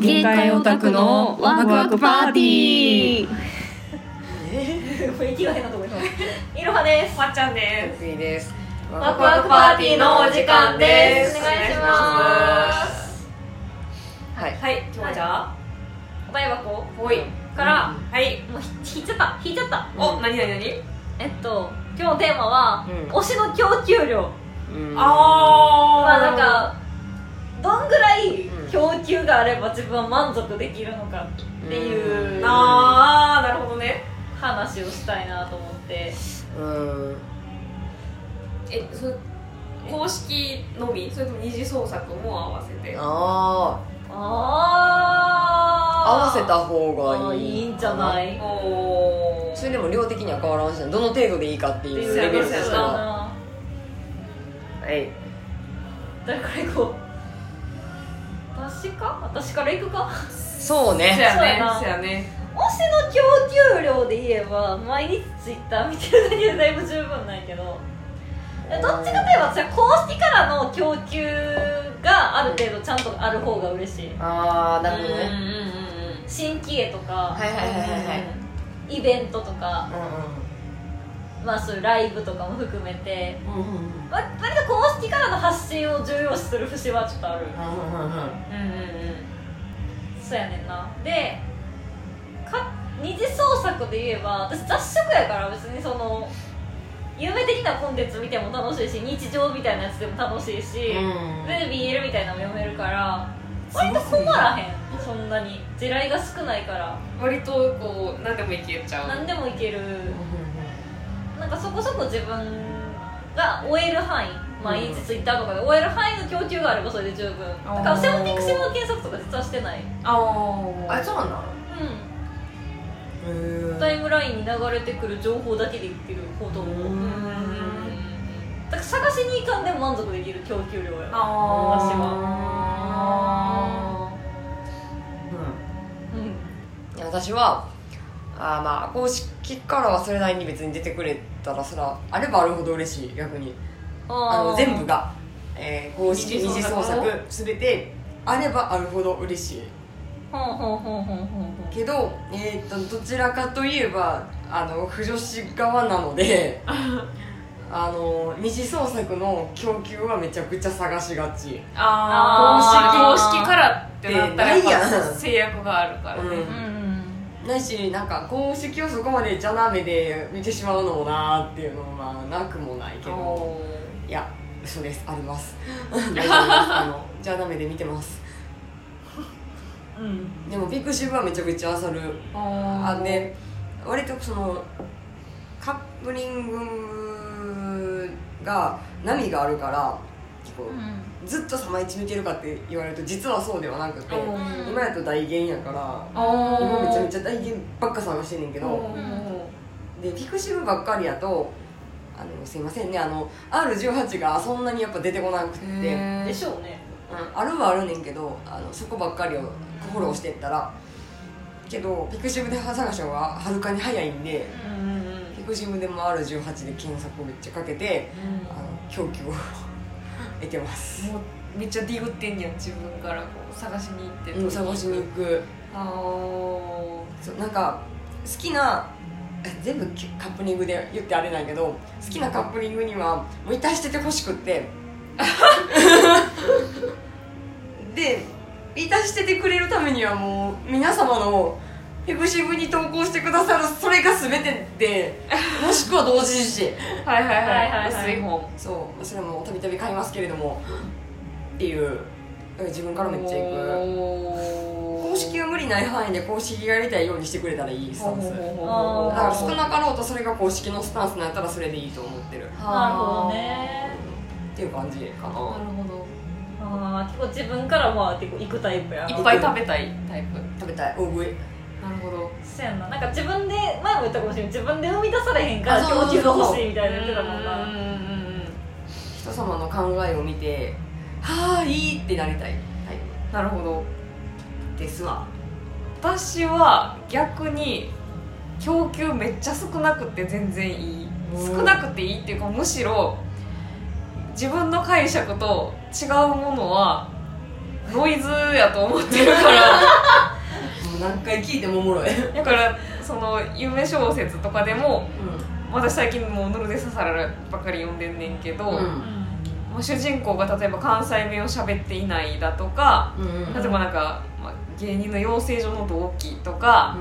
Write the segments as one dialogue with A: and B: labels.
A: 限界オタクのワクワクパーティー
B: 息が変なとこ行ったいろはです
C: まっちゃんです
D: いいです。
B: ワクワクパーティーのお時間です
C: お願いします
D: はい。
B: はい今日はじゃあお題箱ほいからはいもうひ引いちゃった引いちゃった
C: お、なになになに
B: えっと今日のテーマは
D: うん
B: 推しの供給量
D: うん
C: あー
B: まあなんかどんぐらい
D: うん
B: 供給があれば自分は満足できるのかっていう
D: うん
C: あーなるほどね
B: 話をしたいなと思って
D: うん。
C: え、それ公式のみそれとも二次創作も合わせて
D: ああ。合
B: あ
D: わせた方
B: あ
D: が
B: ー
D: いい。。
B: いいんじゃないい
C: お
D: それでも量的には変わらんしな、どの程度でいいかっていうレベルとしては。
B: な
D: はい。
B: 誰から行こう私か私から行くか
D: そう
C: そ
D: ね。
C: や
B: そうや
C: ね
B: な
C: そやね
B: 推しの供給量で言えば毎日ツイッター見てるだけでだいぶ十分なんやけどどっちかといえば私は公式からの供給がある程度ちゃんとある方が嬉しい
D: ああ、なるほど
C: うん
D: ね。
C: うんうんうん
B: 新規絵とか、
D: はいはいはいはいはい。
B: イベントとか、まあ、そういうライブとかも含めて
D: うんうん。うんうん
B: わ割と公式からの発信を重要視する節はちょっとある
D: うんうんうん。
C: うんうんうん
B: そうやねんなでか二次創作で言えば私雑食やから別にその有名的なコンテンツ見ても楽しいし日常みたいなやつでも楽しいし、
D: うん
B: で BL みたいなのも読めるから割と困らへんそんなに地雷が少ないから
C: 割とこう何でもいけちゃう
B: 何でもいけるなんかそこそこ自分が終える範囲毎日ツイッターとかで終える範囲の供給があればそれで十分だからセオティクシムの検索とか実はしてない
C: あ
D: あ、
C: ー
D: そうなんだ。
B: うん
D: へー
B: タイムラインに流れてくる情報だけでいけるほど
D: うん
B: だから探しに行かんでも満足できる供給量やわ
C: あー
B: 私は
C: あ
D: うん。
B: うん
D: 私はあーまあ公式からはそれなりに別に出てくれたらそらあればあるほど嬉しい逆にあの全部が、えー公式
C: 二
D: 二
C: 次
D: 次創
C: 創作
D: 作全てあればあるほど嬉しい
B: ほんほんほんほんほんほん
D: けど、えー、とどちらかといえばあの不女子側なので あの二次創作の供給はめちゃくちゃ探しがち
C: あー
B: あ
C: 公
B: ー
C: 式公式からってなったら
D: でない
C: や
D: や
C: っぱ
D: ん
C: 制約があるからね
D: うん
B: うん
D: ないしなんか公式をそこまでじゃな目で見てしまうのもなーっていうのはなくもないけど
C: お
D: いや嘘ですあります大丈夫ですあのじゃな目で見てます
B: うん
D: でもピクシブはめちゃくちゃ漁る
C: ーお
D: あで割とそのカップリングが波があるから結構ずっとさまいち見てるかって言われると実はそうではなくて
C: お
B: ー
D: 今やと大弦やから
C: お
D: 今めちゃめ
C: ゃ
D: ちゃ大弦ばっか探してんねんけど
C: お
D: でピクシブばっかりやとあのすいませんねあの R18 がそんなにやっぱ出てこなくて、うん、
B: でしょうね
D: あるはあるねんけどあのそこばっかりをフォローしてったらけどピクシブで探した方がはるかに早いんで
C: うんうん
D: ピクシブでも R18 で検索をめっちゃかけてあの供給を 得てます、
C: もうめっちゃディグってんやん自分からこう探しに行って
D: うん、探しに行く
C: あー
D: そうなんか好きなえ全部きカップリングで言ってあれなんやけど好きなカップリングにはもういたしててほしくって でいたしててくれるためにはもう皆様のペクシブに投稿してくださるそれが全てでもしくは同時視
C: は
B: は
C: いはいはいい
B: は
C: はいい
B: はい
C: 薄い本
D: そうそれもたびたび買いますけれどもっていう自分からめっちゃいく
C: 行
D: 公式は無理ない範囲で公式がやりたいようにしてくれたらいいスタンス
B: ほう
D: だから少なかろうとそれが公式のスタンスになったらそれでいいと思ってる
B: なるほどね
D: っていう感じかな
C: なるほ
B: あー結構自分からまあ結構行くタイプや
C: ど
B: ない
C: っぱい食べたいタイプ
D: 食べたい大食い
C: なるほど
B: そうやんななんか自分で前も言ったかもしれない自分で生み出されへんから
D: あそうそう
B: 供
D: そ
B: 給
D: う
B: が欲しいみたいな言っ
C: や
B: てたもんな
D: 人様の考えを見てはあいいってなりたいタイ
C: なるほど
D: プですわ
C: 私は逆に供給めっちゃ少なくて全然いい
D: うん
C: 少なくていいっていうかむしろ自分 の解釈と違うものはノイズやと思ってるから
D: 回聞いてもおもろい、うん、
C: だからその夢小説とかでも私最近もう「ノルデササラ」ばっかり読んでんねんけど、
D: うん
C: まあ主人公が例えば関西弁を喋っていないだとか
D: うんうん
C: 例えばなんか、まあ、芸人の養成所の同期とか、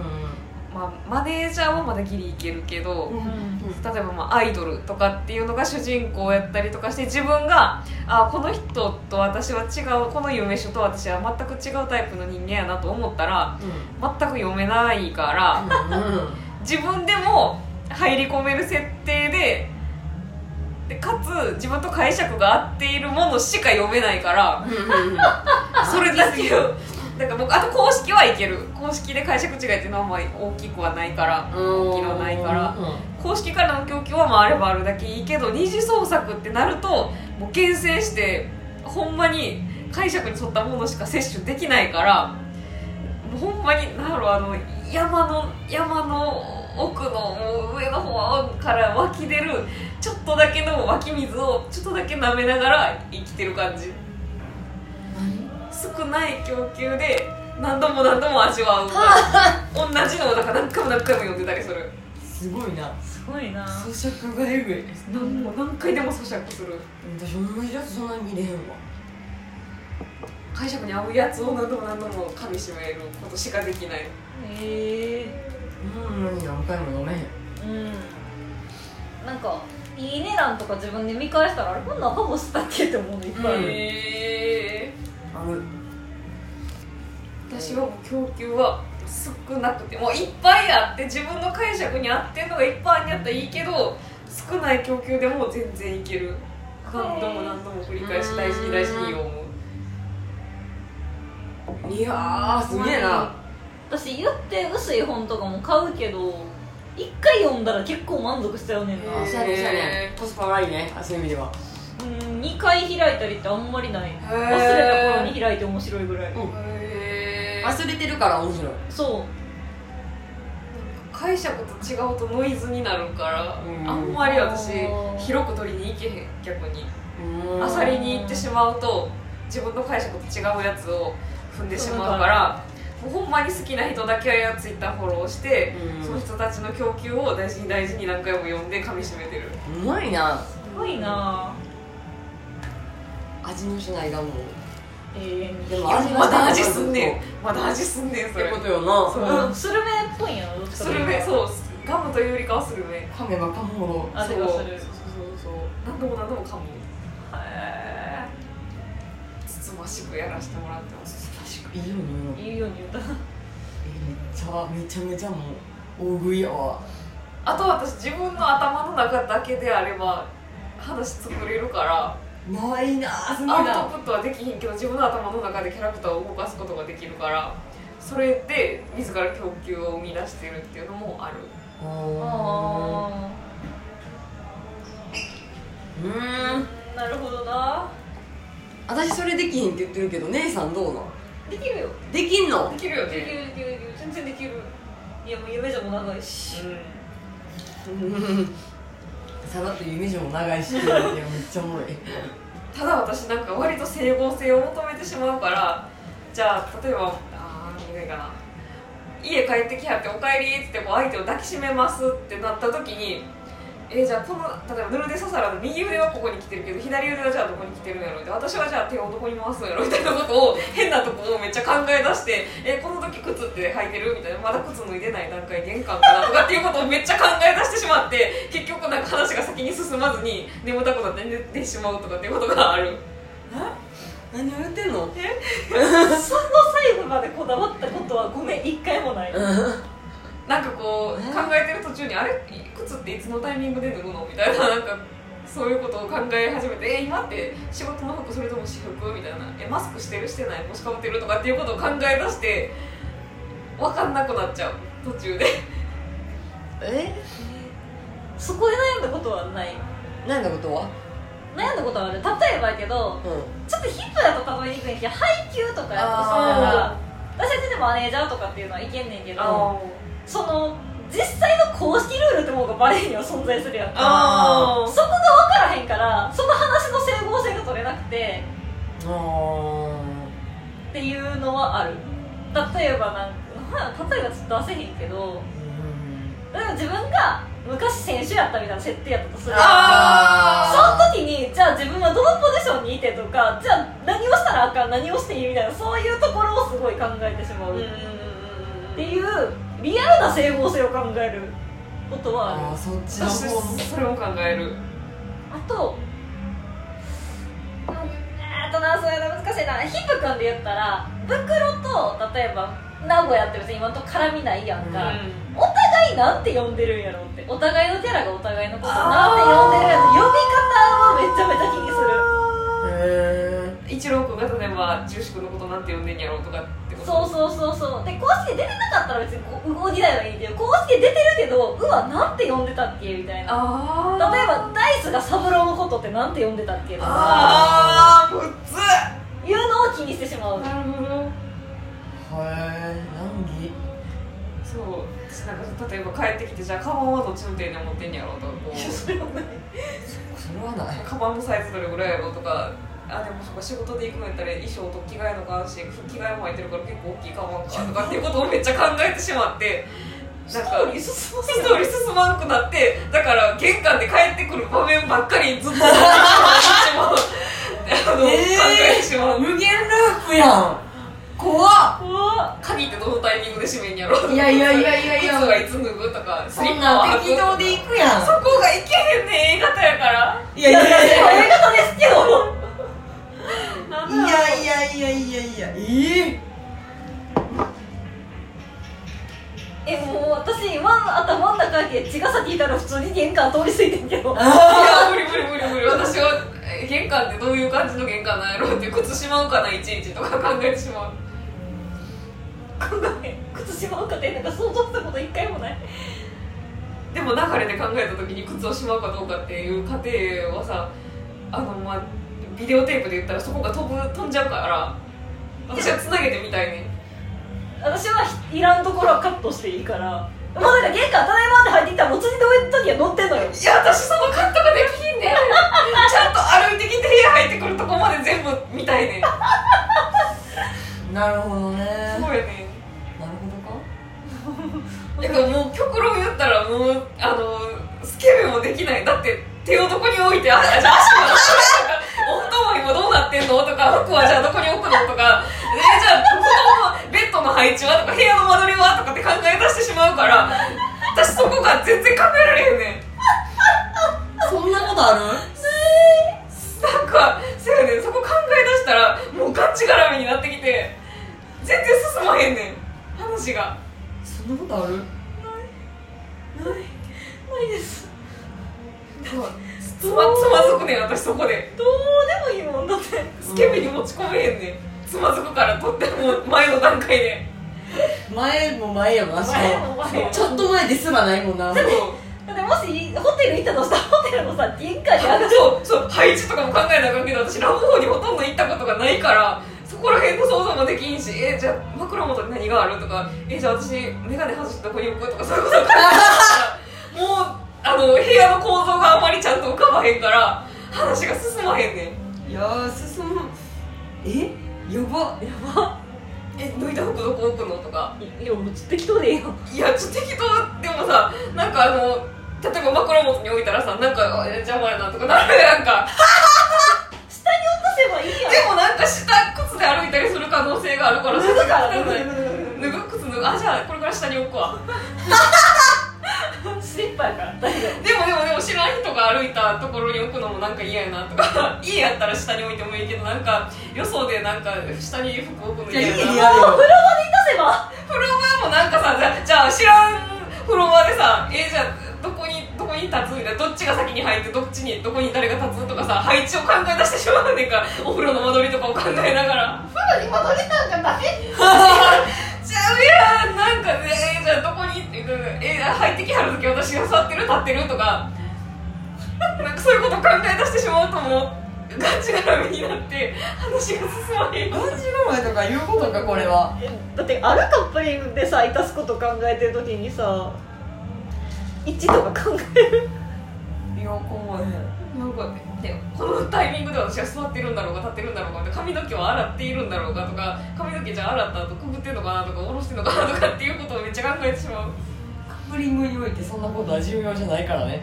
C: まあ、マネージャーはまだギリいけるけど、
D: うん
C: 例えばまあアイドルとかっていうのが主人公やったりとかして自分があこの人と私は違うこの夢書と私は全く違うタイプの人間やなと思ったら全く読めないから自分でも入り込める設定ででかつ自分と解釈が合っているものしか読めないからそれだけを。だから僕あと公式はいける公式で解釈違いっていうのはまあ大きくはないから大きくはないから公式からの供給はまああればあるだけいいけど二次創作ってなるともう厳選してほんまに解釈に沿ったものしか摂取できないからもうほんまになんやろあの山の山の奥のもう上の方から湧き出るちょっとだけの湧き水をちょっとだけ舐めながら生きてる感じ少ない供給で何度も何度も味わう同じのをなんか何回も何回も読んでたりする。
D: すごいな
B: すごいな
D: 咀嚼がえぐい
C: なんもう何回でも咀嚼する
D: 私同じやつそんなに見れへんわ
C: 解釈に合うやつを何度も何度も噛みしめることしかできない
B: へえ
D: うん何回も飲めへん
B: うんなんかいい値段とか自分で見返したらあれこんなんカボしたっけって思うのいっぱいある、
C: へえ
D: ある
C: 私はもう供給は少なくてもういっぱいあって自分の解釈に合ってんのがいっぱいにあったらいいけど少ない供給でも全然いける何度も何度も繰り返し大好き大好きを思う
D: いやーすげえな
B: 私言って薄い本とかも買うけど一回読んだら結構満足しちゃうねんな
D: あおしゃれおしゃれコスパ悪いねあそういう意味では
B: うん2回開いたりってあんまりない
C: へ
B: 忘れた頃に開いて面白いぐらい
D: うん
C: へー
D: 忘れてるから面白い
B: そ
C: 解釈と違うとノイズになるから
D: うん
C: あんまり私
B: あー
C: 広く取りに行けへん逆に
D: あ
C: あ
D: さ
C: さ
D: り
C: りに行ってしまうと自分の解釈と違うやつを踏んでしまうからもうほんまに好きな人だけはツイッターフォローして、
D: うん
C: その人たちの供給を大事に大事に何回も読んで噛みしめてる
D: うまいな
B: うすごいな
D: 味のしないがも
B: 永遠に
D: でも味が
C: ま
D: しない
C: だ味すんねんまだ味すんねんそ
D: って
C: れ
D: ことよな
C: そう
B: うんスルメっぽいんやろどっちか
C: ス
B: とい
C: ル
B: うと
C: メそうガムというよりかはスルメ
D: 噛めば噛むほど
B: 味がする
C: そうそうそうそう何度も何度も噛むへえつつましくやらせてもらってます
D: いいよね
B: 言うように言うた
D: めっちゃめちゃめちゃもう大食いやわ
C: あと私自分の頭の中だけであれば話作れるから
D: ないなーすごい
C: アウ
D: な
C: トプットはできひんけど自分の頭の中でキャラクターを動かすことができるからそれで自ら供給を生み出してるっていうのもある
D: あ
B: あ
D: ーうーん
B: あなるほどな
D: 私それできへんって言ってるけど姉さんどうなん
B: できるよ
D: できんの
C: できるよ
B: でき
C: ね
B: るできるできる全然できるいやもう夢じゃもう長いし
D: さらっと夢上も長いしいやめっちゃおもろい
C: ただ私なんか割と整合性を求めてしまうからじゃあ例えばあー何がいいかな家帰ってきはって「おかえり」っつってこう相手を抱きしめますってなった時にえーじゃあこの例えばヌルデササラの右腕はここに来てるけど左腕はじゃあどこに来てるんやろで私はじゃあ手をどこに回すんやろみたいなことを変なところをめっちゃ考え出してえーこの時靴って履いてるみたいなまだ靴脱いでない段階玄関かなとかっていうことをめっちゃ考え出してしまって結局なんか話が先に進まずに眠たくなって寝てしまうとかっていうことがある。
D: 何を言ってんの
B: その細部までこだわったことはごめん一回もない
C: なんかこう
D: え
C: 考えてる途中にあれ靴っていつのタイミングで脱ぐのみたいな なんかそういうことを考え始めてえ今って仕事の服それとも私服みたいなえマスクしてるしてない帽子かぶってるとかっていうことを考え出して分かんなくなっちゃう途中で
D: え
B: そこで悩んだことはない
D: 何のことは
B: 悩んだことはある例えばやけど
D: う
B: ちょっとヒップだと例えにくいんやけど配給とかやとそうだから私たちでマネージャーとかっていうのはいけんねんけどその実際の公式ルールってものがバレエには存在するやんか
C: あ
B: そこが分からへんからその話の整合性が取れなくて
D: んあ
B: っていうのはある例えばなんはい例えばちょっと焦へんけどでも自分が昔選手やったみたいな設定やったとする
D: あ
B: その時にじゃあ自分はどのポジションにいてとかじゃあ何をしたらあかん何をしていいみたいなそういうところをすごい考えてしまうっていうリアルな整合性を考えることはある
D: あーそっちの
C: 私
D: 方
C: それも考える
B: あとうんえーっとなそれが難しいなヒップ君で言ったら袋と例えば名古屋って別に今のとこ絡みないやんか、
C: う
B: お互いなんて呼んでるんやろってお互いのキャラがお互いのことなんて呼んでるんやろ呼び方はめちゃめちゃ気にする
D: へ
C: ん一郎君が例えば住職のことなんて呼んでんやろうとかってこと
B: そうそうそうそうで公式で出てなかったら別にこう動きないはいいけど公式で出てるけどうわなんて呼んでたっけみたいな
C: あ
B: 例
C: あ
B: えばダイスが三郎のことってなんて呼んでたっけとか
C: ああむつ
B: いうのを気にしてしまう
C: なるほど
D: え難儀
C: そう私なんか例えば帰ってきてじゃあカバンはどっちの手に持ってんやろうとかこう
D: それはない
C: カバンのサイズどれぐらいやろうとかあでもそっか仕事で行くのやったら衣装と着替えのがあるし服着替えも入ってるから結構大きいカバンかとかっていうことをめっちゃ考えてしまってなんかストーリー進まなくなってだから玄関で帰ってくる場面ばっかりずっとあの、
D: えー
C: 考えてしまう
D: 無限ループやん怖っ
B: 怖っ
C: 鍵ってどのタイミングで閉めんやろうとか
D: いやいやいやいやいや
C: 靴がいつ脱ぐとかスリ
D: そん
C: ッパ
D: な
C: は
D: ん適当で
C: い
D: いくや
C: そこがいけへんねん A 型やから
D: んいやいやいや
B: でも映画化ですけど
D: いやいやいやいやいやえ
B: えもう私ワン頭の中で血が先いたら普通に玄関通り過ぎてんけど
C: いや無理無理無理無理私はえ玄関ってどういう感じの玄関なんやろうって靴しまうかないちいちとか考えてしまう
B: 今回靴しまうかってなんか想像したこと一回もない
C: でも流れで考えた時に靴をしまうかどうかっていう過程はさあのまあビデオテープで言ったらそこが飛ぶ飛んじゃうから私はつなげてみたいね
B: 私はいらんところはカットしていいからもうなんか玄関ただいまって入ってきたらもう次の上の時は乗ってんのよ
C: いや私そのカットができひんねんちゃんと歩いてきて部屋入ってくるとこまで全部見たいねん
D: なるほどね
C: そうや ねん
D: なるほ
C: だからもう極論言ったらもうあのスケベもできないだって手をどこに置いてああじゃあ足はお布団は今どうなってんのとか服はじゃあどこに置くのとかえじゃあ布団のベッドの配置はとか部屋の間取りはとかって考え出してしまうから私そこが全然考えられへんねん
D: どかそんなことある
C: なんかそうやねんそこ考え出したらもうガッチガラみになってきて全然進まへんねん話が
D: そんなことある
B: ないです
C: つまつまずくねん私そこで。
B: どうでもいいもんだって
C: スケベに持ち込めへんねんつまずくからとっても前の段階で
D: 前も前やもんなしかも
B: 前も前や
D: ちょっと前ですらないもんな
C: そう
B: だってもしホテル行ったとしたらホテルのさ玄関にある
C: そうそう配置とかも考えなあかんけど私ラブホにほとんど行ったことがないからそこら辺の想像もできんしえじゃあ枕元に何があるとかえじゃあ私眼鏡外してどこに置くとかそういうこと考えてたからもうあの部屋の構造があまりちゃんと浮かばへんから話が進まへんねん
D: いやー進むえやば
C: え脱いだ服どこ置くのとか
B: いやもうちょっと適当でいいよ
C: いやちょっと適当でもさなんかあの例えば枕元に置いたらさなんかあ邪魔やなとかなるやんか
B: 下に落とせばいいやん
C: でもなんか下靴で歩いたりする可能性があるから
B: 脱ぐから
C: 脱
B: 脱
C: ぐ
B: ぐ
C: 脱ぐ靴脱ぐあじゃあこれから下に置くわ
B: スリッパやから大丈夫
C: でもでもでも知らん人が歩いたところに置くのもなんか嫌やなとか家やったら下に置いてもいいけどなんかよそでなんか下に服置くの
D: じゃ
C: 嫌
D: あ家
C: や
D: でや
C: な
D: る
B: お
D: よ
B: 風呂場で行かせば
C: フロアもなんかさじゃじゃあ知らんフロアでさえじゃあどこにどこに立つみたいなどっちが先に入ってどっちにどこに誰が立つとかさ配置を考え出してしまうねんからお風呂の間取りとかを考えながら
B: お風呂に戻りたんじゃダメ
C: ちゃうやんなんかねえじゃあどこにってえ入ってきはる時私が座ってる立ってるとかなんかそういうこと考え出してしまうともうガチ絡みになって話が進まへん
D: 何時前とか言うことかこれは
B: だってあるカップリングでさいたすこと考えてる時にさ1とか考える
D: いやこうへん
C: なんかね
B: ってよ
C: このタイミングで私は座ってるんだろうが立ってるんだろうが髪の毛は洗っているんだろうがとか髪の毛じゃあ洗った後くぶってんのかなとか下ろしてんのかなとかっていうことをめっちゃ考えてしまう
D: カップリングにおいてそんなことは重要じゃないからね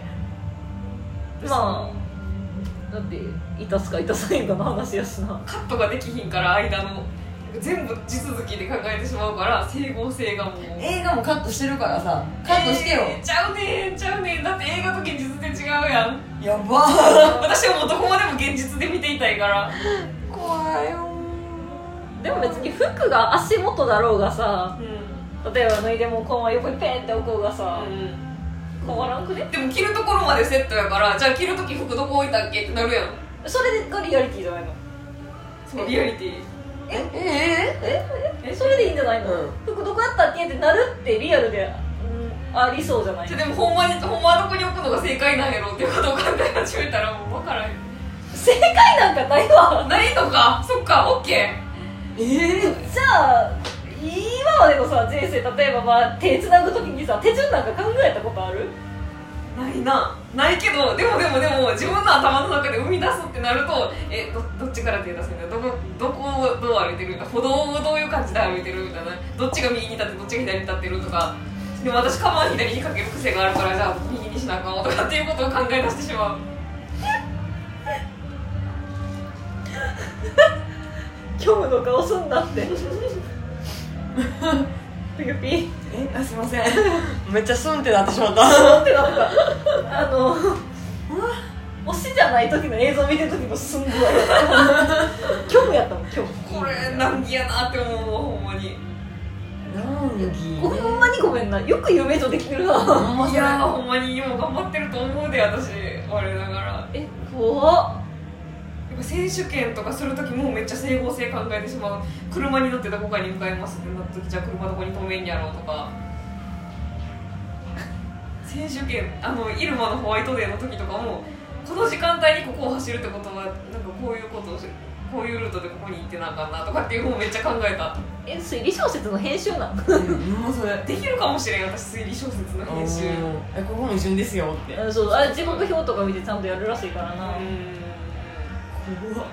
B: まあだって痛すか痛さへんかの話やしな
C: カットができひんから間の全部地続きで考えてしまうから整合性がもう
D: 映画もカットしてるからさカットしてよ、
C: えーちゃうねんちゃうねんだって映画と現実で違うや ん
D: やば
C: 私はもうどこまでも現実で見ていたいから
D: 怖いよ
B: でも別に服が足元だろうが
C: う
B: さ
C: ん、
B: 例えば脱いでもこのまま横にペンって置こうがさ、変わらんくね
C: でも着るところまでセットやからじゃあ着る時服どこ置いたっけってなるやん
B: それがリアリティじゃないの
C: そのリアリティ
D: ええ
B: ええそれでいいんじゃないの、
D: うん
B: 服どこやったっけってなるってリアルで、うん、ありそうじゃない
C: じゃあでもほんまにほんまはどこに置くのが正解なんやろっていうことを考え始めたらもう分からへん
B: 正解なんかないわ
C: ないのかそっかオッケ
D: ええ
B: じゃあ今までのさ人生例えば、まあ、手つなぐ時にさ手順なんか考えたことある
C: ーないなないけどでもでもでも自分の頭の中で生み出すってなるとえどどっちから手出すんだどこどこをどう歩いてるみたいな歩道をどういう感じで歩いてるみたいなどっちが右に立ってどっちが左に立ってるとかでも私カバン左にかける癖があるからじゃあ右にしなあかんわとかっていうことを考え出してしまう
B: 虚無の顔すんなって ピクピー
D: えあすいませんめっちゃスンってなってしまった
B: ってなんかあの推しじゃない時の映像見てる時のすんごい虚無やったもん虚無
C: これ難儀やなって思うわほんまに
D: なんやき
B: ごほんまにごめんなよく夢とできてるな
D: ほんま
C: い
D: それ
C: やーほんまに今頑張ってると思うで私我ながらや
B: え怖っ
C: っぱ選手権とかする時もめっちゃ整合性考えてしまう車に乗ってどこかに向かいますってなった時じゃあ車どこに止めんやろうとか選手権あの入間のホワイトデーの時とかもこの時間帯にここを走るってことはなんかこういうことをしこういうルートでここに行ってなあかんなとかっていうのをめっちゃ考えた
B: え推理小説の編集なん
D: ほんまそれ
C: できるかもしれん私推理小説の編集
D: おーえここも一緒ですよって
B: うんそうあれ時刻表とか見てちゃんとやるらしいからな、
C: う
D: 怖っ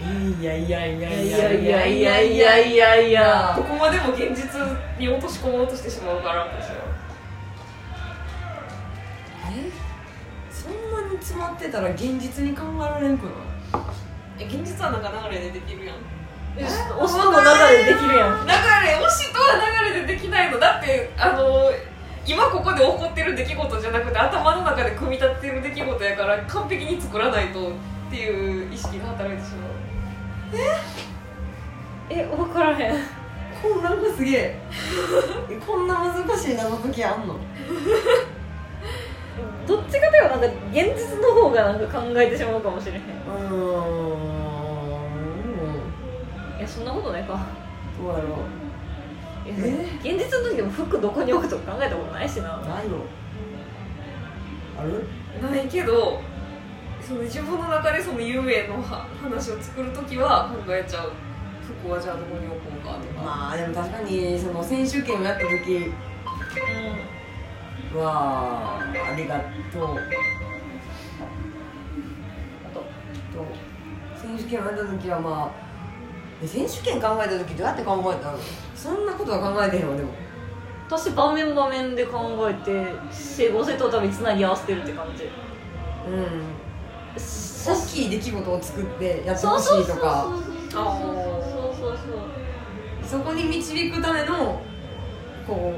D: いやいやいや
B: いやいやいやいやいやい
C: んど
B: や
C: こまでも現実に落とし込もうとしてしまうから私は。
D: えそんなに詰まってたら現実に考えられんくない
C: え現実はなんか流れでできるやん
B: 推しとも流れでできるやん
C: 流れ推しとは流れでできないのだってあの今ここで起こってる出来事じゃなくて頭の中で組み立ててる出来事やから完璧に作らないとっていう意識が働いてしまう
B: え分からへん
D: こんなんがすげ ええこんな難しい謎解きあんの
B: どっちかというとなんか現実の方がなんか考えてしまうかもしれへん
D: うーん
B: いやそんなことないか
D: どうやろ
B: いや
D: え
B: 現実の時でも服どこに置くとか考えたことないしな
D: うないのある
C: ないけどその自分の中でその有名のは話を作る時は考えちゃう服はじゃあどこに置こうかとか、
D: まあでも確かにその選手権をやった時はありがとうと選手権をやった時はまあえ選手権考えた時どうやって考えたのそんなことは考えてへんわでも
B: 私場面場面で考えて整合性とたびつなぎ合わせてるって感じ
D: うん
B: 写
D: 大
B: 真
D: きい出来事を作ってやって
B: そ
D: ほ
B: う
D: し
B: そう
D: い
B: そ
D: と
B: うそう
D: か
B: そうそうそうそうそう
D: そこに導くためのこ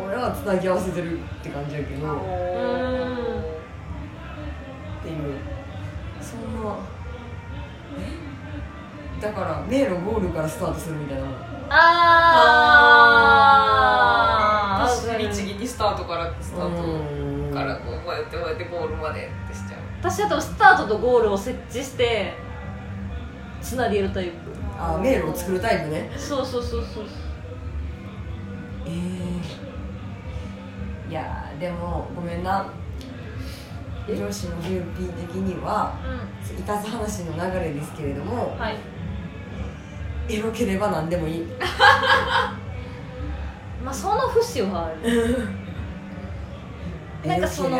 D: う俺はつなぎ合わせてるって感じやけどっ
B: うん
D: ていうそんなえだから迷路ゴールからスタートするみたいな
B: あー
C: 私律儀にスタートからスター
D: う
C: ト
D: ん
C: からこう迷って迷ってゴールまでってしちゃう
B: 私は多分スタートとゴールを設置してつなげるタイプ
D: あ迷路を作るタイプね
B: そうそうそうそう
D: えーいやーでもごめんな両親の UP 的には
B: う
D: いたず話の流れですけれども
B: んはい
D: エロければ何でもいい
B: まあその節はあるなんかそ
D: エロ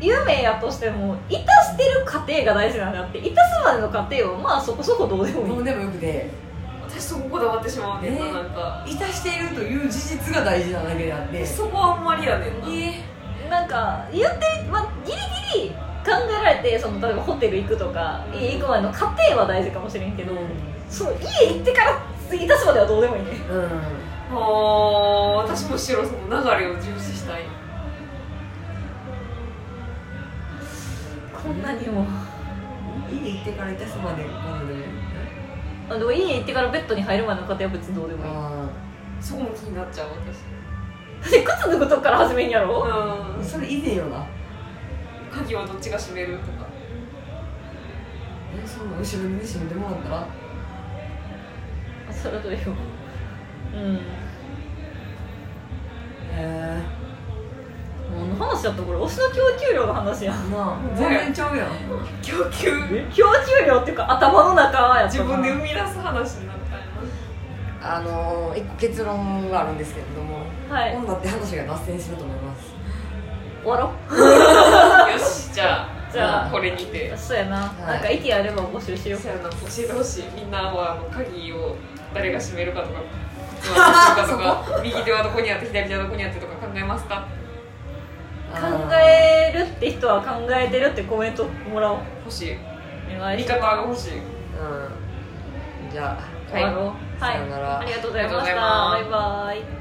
D: 嫌い
B: の有名やとしてもいたしてる過程が大事なんだっていたすまでの過程はまあそこそこどうでもいい
D: どうでもよくて
C: 私そここだわってしまうねんな、
D: ね
C: なんか
D: いたしているという事実が大事なだけであって
C: そこはあんまりやねんな、
B: なんか言って、まあ、ギリギリ考えられてその例えばホテル行くとか
D: うん
B: 家行くまでの過程は大事かもしれんけど、
D: う
B: その家行ってから次出すまではどうでもいいね
D: ん、うん、
C: あー私もむしろその流れを重視したい
B: こんなにも
D: 家行ってからいたすまでなのでね
B: あでも家行ってからベッドに入るまでの過程は別にどうでもいい
D: あ
C: そこも気になっちゃう
B: だっ
C: 私
B: て靴脱ぐとこから始めんやろ
D: あ
C: う
D: それ以前よなん
C: 鍵はどっちが閉めるとか
D: えそんな後ろに閉めてもらったら
B: あそれはどうようん
D: へ
B: もう話だったこれ推しの供給量の話やん
D: えなあ全然ちゃうやん
C: 供給
B: 供給量っていうか頭の中やった
C: 自
B: な
C: 分で生み出す話になったよな
D: あのー、一個結論があるんですけれども
B: はい
D: 今度って話が脱線すると思います
B: 終わろう
C: よしじゃあ
B: じゃあ
C: これにて
B: そうやな、
D: い
B: なんか意見あれば募集しよう
C: そうやな教えてほしいみんなはあの鍵を誰が閉めるかとか靴はどっち かとか右手はどこにあって左手はどこにあってとか考えますか
B: 考えるって人は考えてるってコメントもらおう
C: 欲しい
B: お願い
C: 味
B: しま
C: 方
B: す
C: が欲し
D: う
C: い
D: んじゃあ
B: 終わろう
D: さ
B: はい
D: よなら
B: ありがとうございま
C: ありがとうござ
B: し
C: い
B: た
C: ま
B: バ
C: す
B: イバイ